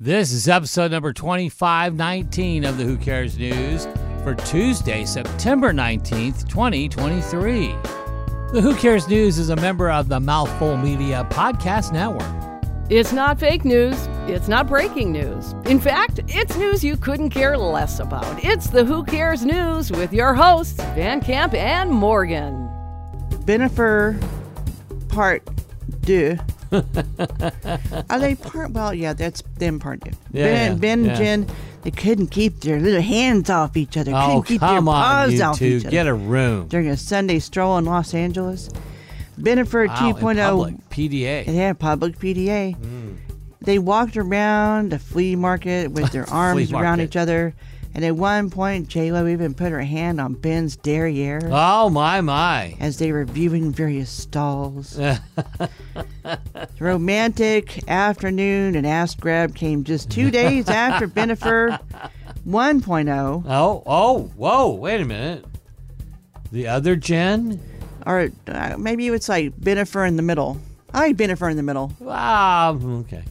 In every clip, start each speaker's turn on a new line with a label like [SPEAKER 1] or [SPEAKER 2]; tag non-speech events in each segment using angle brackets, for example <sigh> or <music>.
[SPEAKER 1] This is episode number 2519 of the Who Cares News for Tuesday, September 19th, 2023. The Who Cares News is a member of the Mouthful Media Podcast Network.
[SPEAKER 2] It's not fake news. It's not breaking news. In fact, it's news you couldn't care less about. It's the Who Cares News with your hosts, Van Camp and Morgan.
[SPEAKER 3] Benifer part
[SPEAKER 1] <laughs>
[SPEAKER 3] deux. Are they part? Well, yeah, that's them part two.
[SPEAKER 1] Yeah,
[SPEAKER 3] ben,
[SPEAKER 1] yeah,
[SPEAKER 3] ben
[SPEAKER 1] yeah.
[SPEAKER 3] and Jen, they couldn't keep their little hands off each other.
[SPEAKER 1] Oh,
[SPEAKER 3] couldn't keep
[SPEAKER 1] come
[SPEAKER 3] their
[SPEAKER 1] on,
[SPEAKER 3] paws
[SPEAKER 1] you
[SPEAKER 3] off
[SPEAKER 1] two.
[SPEAKER 3] each other.
[SPEAKER 1] Get a room.
[SPEAKER 3] During a Sunday stroll in Los Angeles, Benifer
[SPEAKER 1] Wow, in
[SPEAKER 3] 2.0
[SPEAKER 1] public, Mm. PDA.
[SPEAKER 3] they had public PDA. They walked around the flea market
[SPEAKER 1] <laughs>
[SPEAKER 3] with their arms around
[SPEAKER 1] market.
[SPEAKER 3] each other. And at one point, J-Lo even put her hand on Ben's derriere
[SPEAKER 1] Oh, my, my.
[SPEAKER 3] as they were viewing
[SPEAKER 1] <laughs>
[SPEAKER 3] various stalls. Romantic afternoon and ass grab came just two
[SPEAKER 1] <laughs>
[SPEAKER 3] days after Benifer 1.0,
[SPEAKER 1] Oh, oh, whoa, wait a minute. The other Jen?
[SPEAKER 3] or uh, maybe it's like Benifer in the middle. I like Benifer in the middle.
[SPEAKER 1] Ah, okay.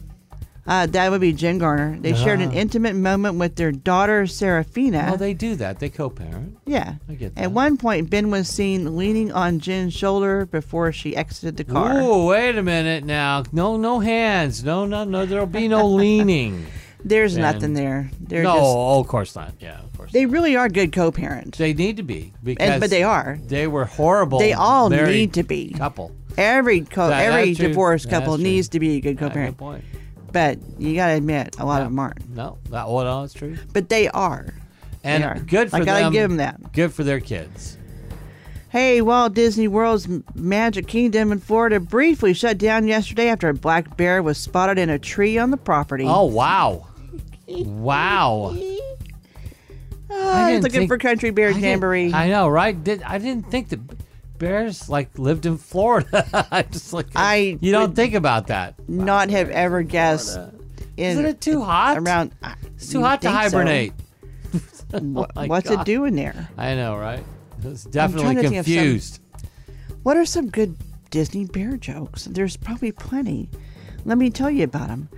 [SPEAKER 3] Uh, that would be Jen Garner. They shared an
[SPEAKER 1] Ah.
[SPEAKER 3] intimate moment with their daughter Serafina.
[SPEAKER 1] Well, Oh, they do that. They co parent.
[SPEAKER 3] yeah.
[SPEAKER 1] I get that.
[SPEAKER 3] At one point, Ben was seen leaning on Jen's shoulder before she exited the car.
[SPEAKER 1] Ooh, wait a minute now. No, no hands. No, no, no. There'll be no leaning.
[SPEAKER 3] There's
[SPEAKER 1] Ben.
[SPEAKER 3] nothing there. <laughs> They're
[SPEAKER 1] no,
[SPEAKER 3] just
[SPEAKER 1] oh, of course not. Yeah, of course.
[SPEAKER 3] they really are good co-parents.
[SPEAKER 1] They need to be because,
[SPEAKER 3] And, but they are.
[SPEAKER 1] They were horrible.
[SPEAKER 3] They all
[SPEAKER 1] married
[SPEAKER 3] need to be.
[SPEAKER 1] couple.
[SPEAKER 3] Every co-
[SPEAKER 1] That-
[SPEAKER 3] every
[SPEAKER 1] that's true.
[SPEAKER 3] divorced
[SPEAKER 1] That's
[SPEAKER 3] couple
[SPEAKER 1] true.
[SPEAKER 3] needs to be a good
[SPEAKER 1] Yeah, Good
[SPEAKER 3] co-parent,
[SPEAKER 1] point.
[SPEAKER 3] but you gotta admit a lot
[SPEAKER 1] Yeah.
[SPEAKER 3] of them aren't.
[SPEAKER 1] No, that well, no, that's true.
[SPEAKER 3] But they are.
[SPEAKER 1] And
[SPEAKER 3] are.
[SPEAKER 1] good for
[SPEAKER 3] Like, I
[SPEAKER 1] them.
[SPEAKER 3] give 'em that.
[SPEAKER 1] Good for their kids.
[SPEAKER 3] Hey, Walt Disney World's M- Magic Kingdom in Florida briefly shut down yesterday after a black bear was spotted in a tree on the property.
[SPEAKER 1] Oh wow, wow.
[SPEAKER 3] Ah,
[SPEAKER 1] didn't
[SPEAKER 3] it's looking
[SPEAKER 1] think-
[SPEAKER 3] for country
[SPEAKER 1] I
[SPEAKER 3] bear
[SPEAKER 1] didn't-
[SPEAKER 3] jamboree.
[SPEAKER 1] I know, right? Did I didn't think that bears like lived in Florida. <laughs> I just like
[SPEAKER 3] I
[SPEAKER 1] you don't
[SPEAKER 3] would
[SPEAKER 1] think about that.
[SPEAKER 3] Not have ever guessed. In,
[SPEAKER 1] Isn't it too hot?
[SPEAKER 3] Around. uh,
[SPEAKER 1] It's too hot to hibernate. Oh my
[SPEAKER 3] What's
[SPEAKER 1] God.
[SPEAKER 3] it doing there?
[SPEAKER 1] I know, right? It's
[SPEAKER 3] trying
[SPEAKER 1] definitely
[SPEAKER 3] to think of some-
[SPEAKER 1] confused.
[SPEAKER 3] What are some good Disney bear jokes? There's probably plenty. Let me tell you about them.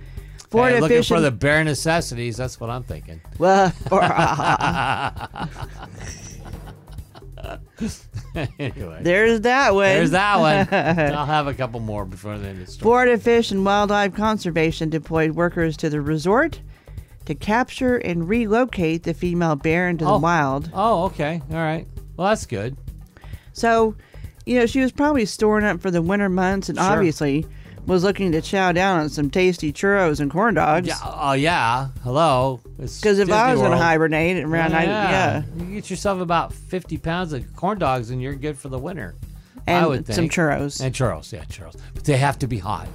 [SPEAKER 3] Florida
[SPEAKER 1] Hey, looking
[SPEAKER 3] fishing.
[SPEAKER 1] for the bare necessities. That's what I'm thinking. <laughs>
[SPEAKER 3] Well, <laughs> or, uh,
[SPEAKER 1] anyway,
[SPEAKER 3] there's that one.
[SPEAKER 1] there's that one.
[SPEAKER 3] <laughs>
[SPEAKER 1] I'll have a couple more before the end of the story.
[SPEAKER 3] Florida Fish and Wildlife Conservation deployed workers to the resort to capture and relocate the female bear into
[SPEAKER 1] Oh.
[SPEAKER 3] the wild.
[SPEAKER 1] Oh, okay. All right. Well, that's good.
[SPEAKER 3] So, you know, she was probably storing up for the winter months and
[SPEAKER 1] Sure.
[SPEAKER 3] obviously was looking to chow down on some tasty churros and corn dogs.
[SPEAKER 1] Yeah. Oh, yeah. Hello.
[SPEAKER 3] Because if I was
[SPEAKER 1] going
[SPEAKER 3] going
[SPEAKER 1] to
[SPEAKER 3] to hibernate around, I, yeah.
[SPEAKER 1] You get yourself about 50 pounds of corn dogs and you're good for the winter. I
[SPEAKER 3] And
[SPEAKER 1] would think.
[SPEAKER 3] some churros.
[SPEAKER 1] And churros. Yeah, churros. But they have to be hot.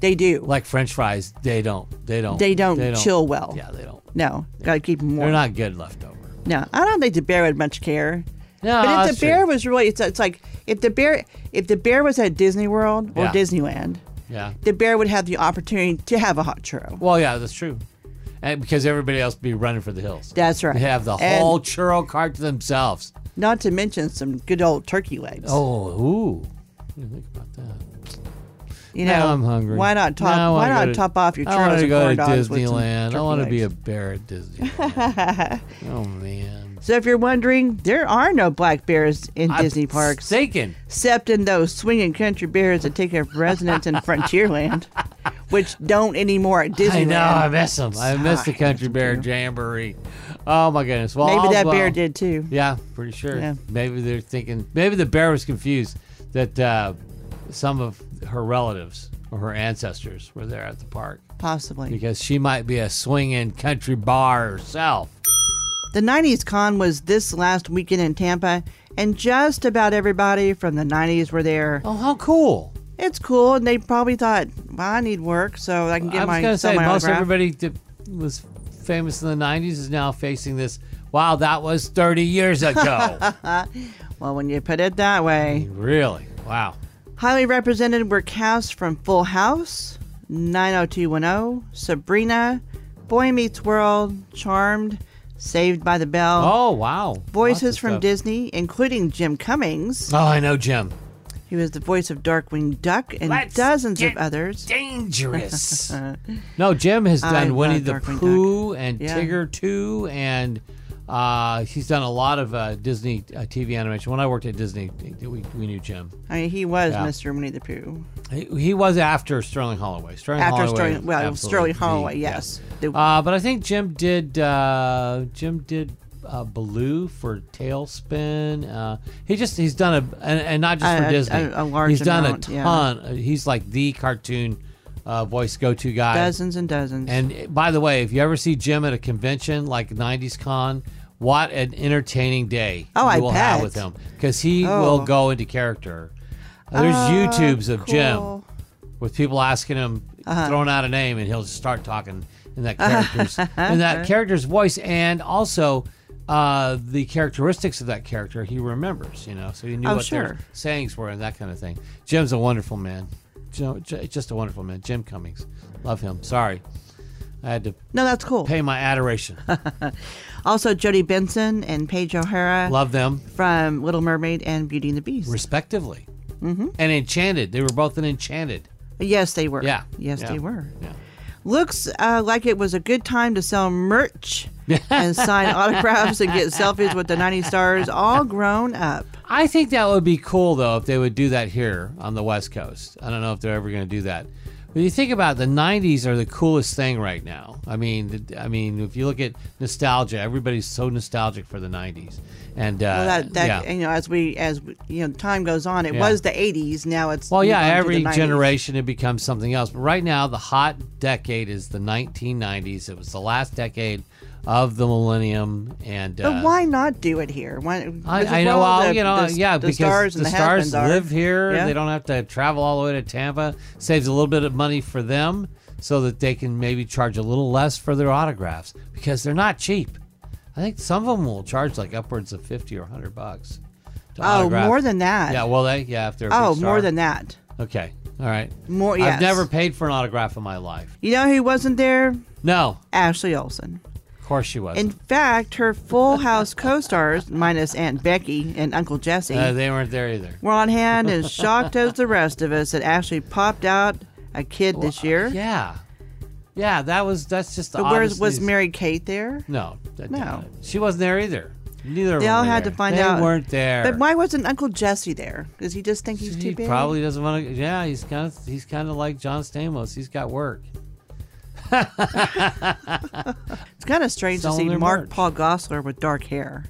[SPEAKER 3] They do.
[SPEAKER 1] Like french fries, they don't. They don't.
[SPEAKER 3] They don't chill well.
[SPEAKER 1] Yeah, they don't.
[SPEAKER 3] no, got to keep them warm.
[SPEAKER 1] They're not good leftover.
[SPEAKER 3] no, I don't think the bear would much care.
[SPEAKER 1] No,
[SPEAKER 3] But if
[SPEAKER 1] that's
[SPEAKER 3] the
[SPEAKER 1] true.
[SPEAKER 3] bear was really, it's, it's like if the bear if the bear was at Disney World or
[SPEAKER 1] Yeah.
[SPEAKER 3] Disneyland,
[SPEAKER 1] Yeah.
[SPEAKER 3] the bear would have the opportunity to have a hot churro.
[SPEAKER 1] Well, yeah, that's true. And because everybody else would be running for the hills.
[SPEAKER 3] That's right.
[SPEAKER 1] They have the
[SPEAKER 3] And
[SPEAKER 1] whole churro cart to themselves.
[SPEAKER 3] Not to mention some good old turkey legs.
[SPEAKER 1] Oh, ooh. I didn't think about that.
[SPEAKER 3] you know,
[SPEAKER 1] Now I'm hungry.
[SPEAKER 3] Why not top?
[SPEAKER 1] Now I
[SPEAKER 3] why
[SPEAKER 1] wanna go
[SPEAKER 3] not
[SPEAKER 1] to-
[SPEAKER 3] top off your
[SPEAKER 1] I want
[SPEAKER 3] churros
[SPEAKER 1] to
[SPEAKER 3] and
[SPEAKER 1] go
[SPEAKER 3] corn
[SPEAKER 1] to
[SPEAKER 3] dogs with some
[SPEAKER 1] Disneyland. I
[SPEAKER 3] turkey
[SPEAKER 1] want to be a
[SPEAKER 3] legs.
[SPEAKER 1] bear
[SPEAKER 3] <laughs>
[SPEAKER 1] at Disneyland. oh man.
[SPEAKER 3] So if you're wondering, there are no black bears in <laughs> Disney parks,
[SPEAKER 1] Thinking.
[SPEAKER 3] except in those swinging country bears that take up
[SPEAKER 1] <laughs>
[SPEAKER 3] residence in Frontierland, which don't anymore at Disneyland.
[SPEAKER 1] I know. I miss them. I miss
[SPEAKER 3] Ah,
[SPEAKER 1] the
[SPEAKER 3] I
[SPEAKER 1] country
[SPEAKER 3] miss 'em
[SPEAKER 1] bear
[SPEAKER 3] too.
[SPEAKER 1] jamboree. Oh my goodness. Well,
[SPEAKER 3] Maybe
[SPEAKER 1] all's
[SPEAKER 3] that bear
[SPEAKER 1] well.
[SPEAKER 3] did too.
[SPEAKER 1] Yeah, pretty sure.
[SPEAKER 3] Yeah.
[SPEAKER 1] Maybe they're thinking. Maybe the bear was confused that uh, some of her relatives or her ancestors were there at the park
[SPEAKER 3] Possibly.
[SPEAKER 1] because she might be a swinging country bar herself.
[SPEAKER 3] The 90s con was this last weekend in Tampa, and just about everybody from the 90s were there.
[SPEAKER 1] Oh, how cool!
[SPEAKER 3] It's cool, and they probably thought, well, I need work, so I can get
[SPEAKER 1] I was
[SPEAKER 3] my,
[SPEAKER 1] gonna
[SPEAKER 3] sell
[SPEAKER 1] say
[SPEAKER 3] my
[SPEAKER 1] most
[SPEAKER 3] autograph.
[SPEAKER 1] everybody that was famous in the '90s is now facing this. Wow, that was 30 years
[SPEAKER 3] <laughs>
[SPEAKER 1] ago.
[SPEAKER 3] Well, when you put it that way.
[SPEAKER 1] really? Wow.
[SPEAKER 3] Highly represented were casts from Full House, 90210, Sabrina, Boy Meets World, Charmed, Saved by the Bell,
[SPEAKER 1] Oh wow. Lots
[SPEAKER 3] voices
[SPEAKER 1] of
[SPEAKER 3] from
[SPEAKER 1] stuff.
[SPEAKER 3] Disney, including Jim Cummings,
[SPEAKER 1] Oh, I know Jim.
[SPEAKER 3] He was the voice of Darkwing Duck and
[SPEAKER 1] Let's
[SPEAKER 3] dozens of
[SPEAKER 1] get
[SPEAKER 3] others.
[SPEAKER 1] Dangerous. <laughs> no, Jim has
[SPEAKER 3] I
[SPEAKER 1] done
[SPEAKER 3] love
[SPEAKER 1] Winnie the
[SPEAKER 3] Darkwing Duck.
[SPEAKER 1] Pooh and
[SPEAKER 3] Yeah.
[SPEAKER 1] Tigger 2 and uh, he's done a lot of uh, Disney uh, TV animation. When I worked at Disney, we, we knew Jim.
[SPEAKER 3] I mean, he was
[SPEAKER 1] Yeah.
[SPEAKER 3] Mr. Winnie the Pooh.
[SPEAKER 1] He, he was after Sterling Holloway. Sterling
[SPEAKER 3] After
[SPEAKER 1] Holloway,
[SPEAKER 3] Sterling, well,
[SPEAKER 1] absolutely.
[SPEAKER 3] Sterling
[SPEAKER 1] He-
[SPEAKER 3] Holloway,
[SPEAKER 1] yeah.
[SPEAKER 3] yes. The-
[SPEAKER 1] Uh, but I think Jim did. Uh, Jim did uh, Baloo for Tailspin. Uh, he just he's done a and, and not just for
[SPEAKER 3] A- a-
[SPEAKER 1] Disney.
[SPEAKER 3] a large
[SPEAKER 1] he's done
[SPEAKER 3] amount,
[SPEAKER 1] a
[SPEAKER 3] yeah.
[SPEAKER 1] ton. Uh, He's like the cartoon uh, voice go to guy.
[SPEAKER 3] dozens and dozens.
[SPEAKER 1] And uh, by the way, if you ever see Jim at a convention like '90s Con, what an entertaining day
[SPEAKER 3] Oh,
[SPEAKER 1] you
[SPEAKER 3] I
[SPEAKER 1] will have
[SPEAKER 3] bet.
[SPEAKER 1] with him because he
[SPEAKER 3] Oh.
[SPEAKER 1] will go into character. Uh, There's YouTubes of Jim
[SPEAKER 3] cool.
[SPEAKER 1] with people asking him,
[SPEAKER 3] Uh-huh.
[SPEAKER 1] throwing out a name, and he'll just start talking in that
[SPEAKER 3] <laughs>
[SPEAKER 1] character's in that character's voice, and also uh, the characteristics of that character he remembers. You know, so he knew
[SPEAKER 3] Oh,
[SPEAKER 1] what
[SPEAKER 3] sure.
[SPEAKER 1] their sayings were and that kind of thing. Jim's a wonderful man. Jo- J- Just a wonderful man, Jim Cummings. Love him. Sorry, I had to
[SPEAKER 3] no, that's cool.
[SPEAKER 1] pay my
[SPEAKER 3] <laughs>
[SPEAKER 1] adoration.
[SPEAKER 3] also, Jodie Benson and Paige O'Hara
[SPEAKER 1] Love them
[SPEAKER 3] from Little Mermaid and Beauty and the Beast.
[SPEAKER 1] respectively. Mm-hmm. And Enchanted, they were both in Enchanted.
[SPEAKER 3] yes, they were.
[SPEAKER 1] Yeah,
[SPEAKER 3] Yes,
[SPEAKER 1] Yeah.
[SPEAKER 3] they were.
[SPEAKER 1] Yeah.
[SPEAKER 3] Looks uh, like it was a good time to
[SPEAKER 1] <laughs>
[SPEAKER 3] sell merch and sign autographs and get selfies with the 90 stars all grown up.
[SPEAKER 1] I think that would be cool though if they would do that here on the West Coast. I don't know if they're ever going to do that. But you think about it, the '90s are the coolest thing right now. I mean, th- I mean, if you look at nostalgia, everybody's so nostalgic for the '90s, and uh,
[SPEAKER 3] Well, that, that
[SPEAKER 1] yeah.
[SPEAKER 3] you know, as we as we- you know, time goes on, it
[SPEAKER 1] Yeah.
[SPEAKER 3] was the 80s. Now it's
[SPEAKER 1] Well,
[SPEAKER 3] moved
[SPEAKER 1] yeah,
[SPEAKER 3] on to
[SPEAKER 1] every
[SPEAKER 3] the 90s.
[SPEAKER 1] generation it becomes something else. But right now, the hot decade is the 1990s. It was the last decade of the millennium, and uh,
[SPEAKER 3] But why not do it here? Why?
[SPEAKER 1] I,
[SPEAKER 3] this is
[SPEAKER 1] I know,
[SPEAKER 3] where all
[SPEAKER 1] well,
[SPEAKER 3] the-
[SPEAKER 1] you know,
[SPEAKER 3] the-
[SPEAKER 1] yeah,
[SPEAKER 3] the
[SPEAKER 1] because
[SPEAKER 3] stars
[SPEAKER 1] the
[SPEAKER 3] and the
[SPEAKER 1] stars
[SPEAKER 3] husbands are.
[SPEAKER 1] live here.
[SPEAKER 3] Yeah.
[SPEAKER 1] They don't have to travel all the way to Tampa. Saves a little bit of money for them, so that they can maybe charge a little less for their autographs because they're not cheap. I think some of them will charge like upwards of fifty or hundred bucks. to
[SPEAKER 3] Oh,
[SPEAKER 1] autograph.
[SPEAKER 3] more than that.
[SPEAKER 1] Yeah, well, they yeah, if they're a big
[SPEAKER 3] Oh, more
[SPEAKER 1] star.
[SPEAKER 3] than that.
[SPEAKER 1] okay, all right.
[SPEAKER 3] More. Yes.
[SPEAKER 1] I've never paid for an autograph in my life.
[SPEAKER 3] You know who wasn't there?
[SPEAKER 1] No,
[SPEAKER 3] Ashley Olsen.
[SPEAKER 1] of course she wasn't.
[SPEAKER 3] In fact, her Full House co-stars, minus Aunt Becky and Uncle Jesse,
[SPEAKER 1] Uh, they weren't there either.
[SPEAKER 3] were on hand and shocked as the rest of us that Ashley popped out a kid this year.
[SPEAKER 1] Yeah, yeah, that was that's just the.
[SPEAKER 3] But where's
[SPEAKER 1] oddest
[SPEAKER 3] was
[SPEAKER 1] news.
[SPEAKER 3] Mary Kate there?
[SPEAKER 1] No, I doubt
[SPEAKER 3] No.
[SPEAKER 1] it. she wasn't there either. Neither of
[SPEAKER 3] They
[SPEAKER 1] them
[SPEAKER 3] all
[SPEAKER 1] were
[SPEAKER 3] had
[SPEAKER 1] there.
[SPEAKER 3] to find
[SPEAKER 1] They
[SPEAKER 3] out.
[SPEAKER 1] weren't there.
[SPEAKER 3] But why wasn't Uncle Jesse there? Does he just think he's too
[SPEAKER 1] He
[SPEAKER 3] big?
[SPEAKER 1] probably doesn't want to. Yeah, he's kind of he's kind of like John Stamos. He's got work.
[SPEAKER 3] It's kind of strange to
[SPEAKER 1] Selling
[SPEAKER 3] see
[SPEAKER 1] their
[SPEAKER 3] Mark
[SPEAKER 1] merch.
[SPEAKER 3] Paul Gossler with dark hair.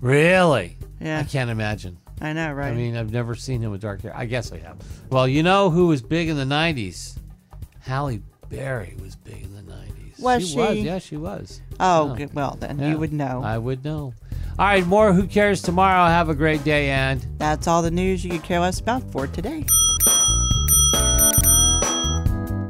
[SPEAKER 1] Really?
[SPEAKER 3] Yeah.
[SPEAKER 1] I can't imagine.
[SPEAKER 3] I know, right?
[SPEAKER 1] I mean, I've never seen him with dark hair. I guess I have. Well, you know who was big in the '90s? Halle Berry was big in the '90s.
[SPEAKER 3] Was
[SPEAKER 1] was.
[SPEAKER 3] she?
[SPEAKER 1] Yeah, she was.
[SPEAKER 3] oh,
[SPEAKER 1] Yeah.
[SPEAKER 3] good. well, then
[SPEAKER 1] Yeah.
[SPEAKER 3] you would know.
[SPEAKER 1] I would know. All right, more. Who cares tomorrow? Have a great day and.
[SPEAKER 3] That's all the news you could care less about for today.